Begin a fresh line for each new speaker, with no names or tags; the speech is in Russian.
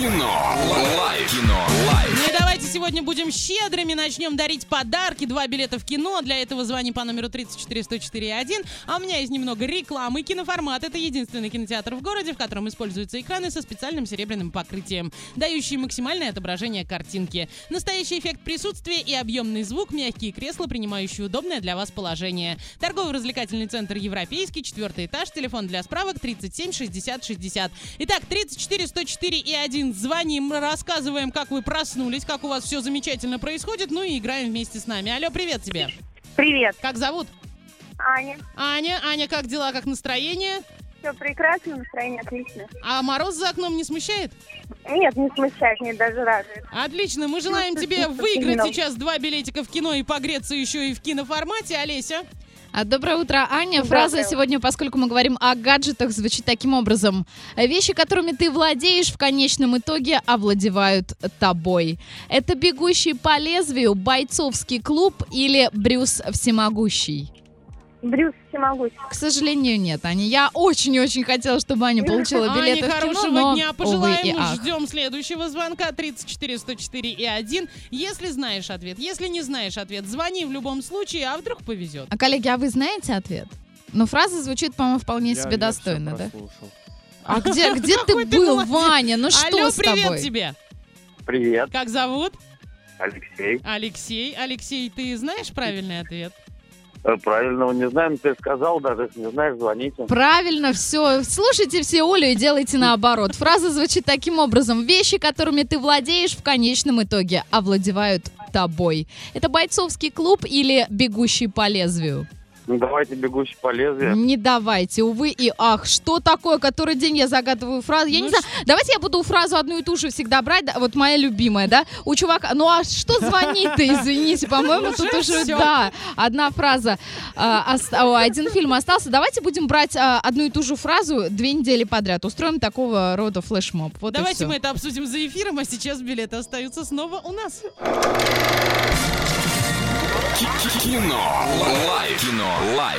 Кино. Лайф. Кино. Лайф.
Ну и давайте сегодня будем щедрыми, начнем дарить подарки, два билета в кино. Для этого звони по номеру 3410441. А у меня есть немного рекламы. Киноформат — это единственный кинотеатр в городе, в котором используются экраны со специальным серебряным покрытием, дающие максимальное отображение картинки. Настоящий эффект присутствия и объемный звук, мягкие кресла, принимающие удобное для вас положение. Торгово-развлекательный центр «Европейский», четвертый этаж, телефон для справок 37 60 60. Итак, 34 104 и 1. Звоним, рассказываем, как вы проснулись, как у вас все замечательно происходит, ну и играем вместе с нами. Алло, привет тебе.
Привет,
Как зовут?
Аня.
Аня. Аня, как дела, как настроение?
Все прекрасно, настроение отлично.
А мороз за окном не смущает?
Нет, не смущает, мне даже радует.
Отлично, мы желаем тебе выиграть сейчас два билетика в кино и погреться еще и в киноформате. Олеся?
А, Доброе утро, Аня. Фраза
Доброе.
сегодня, поскольку мы говорим о гаджетах, звучит таким образом. Вещи, которыми ты владеешь, в конечном итоге овладевают тобой. Это «Бегущий по лезвию», «Бойцовский клуб» или «Брюс всемогущий».
Брюс всемогущий.
К сожалению, нет, Аня. Я очень-очень хотела, чтобы Аня получила
Ане
билеты в кино,
хорошего
но,
дня,
увы и
пожелаем,
ах.
ждем следующего звонка 34 104 и 1. Если знаешь ответ, если не знаешь ответ, звони в любом случае, а вдруг повезет.
А, коллеги, а вы знаете ответ? Ну, фраза звучит, по-моему, вполне
Я-
себе
я
достойно,
всё
да?
прослушал.
А где, где ты
Какой ты
был,
молодец.
Ваня? Ну что
Алло,
с
привет
тобой?
тебе.
Привет,
Как зовут?
Алексей.
Алексей. Алексей, ты знаешь правильный ответ?
Э, Правильного не знаю, но ты сказал даже, если не знаешь, звоните.
Правильно, все. Слушайте все Олю и делайте наоборот. Фраза звучит таким образом. Вещи, которыми ты владеешь, в конечном итоге овладевают тобой. Это бойцовский клуб или бегущий по лезвию?
Ну, давайте бегущий по лезвию.
Не давайте, увы и ах. Что такое? Который день я загадываю фразу? Я
Ну
не знаю. Давайте я буду фразу одну и ту же всегда брать. да, Вот моя любимая, да? У чувака... Ну а что звонит-то? Извините, по-моему, тут уже...
всё.
Да, одна фраза. а, ос- о, Один фильм остался. Давайте будем брать а, одну и ту же фразу две недели подряд. Устроим такого рода флешмоб. Вот и
Давайте
всё.
мы это обсудим за эфиром, а сейчас билеты остаются снова у нас.
Кино. Лайф. Кино. Лайф.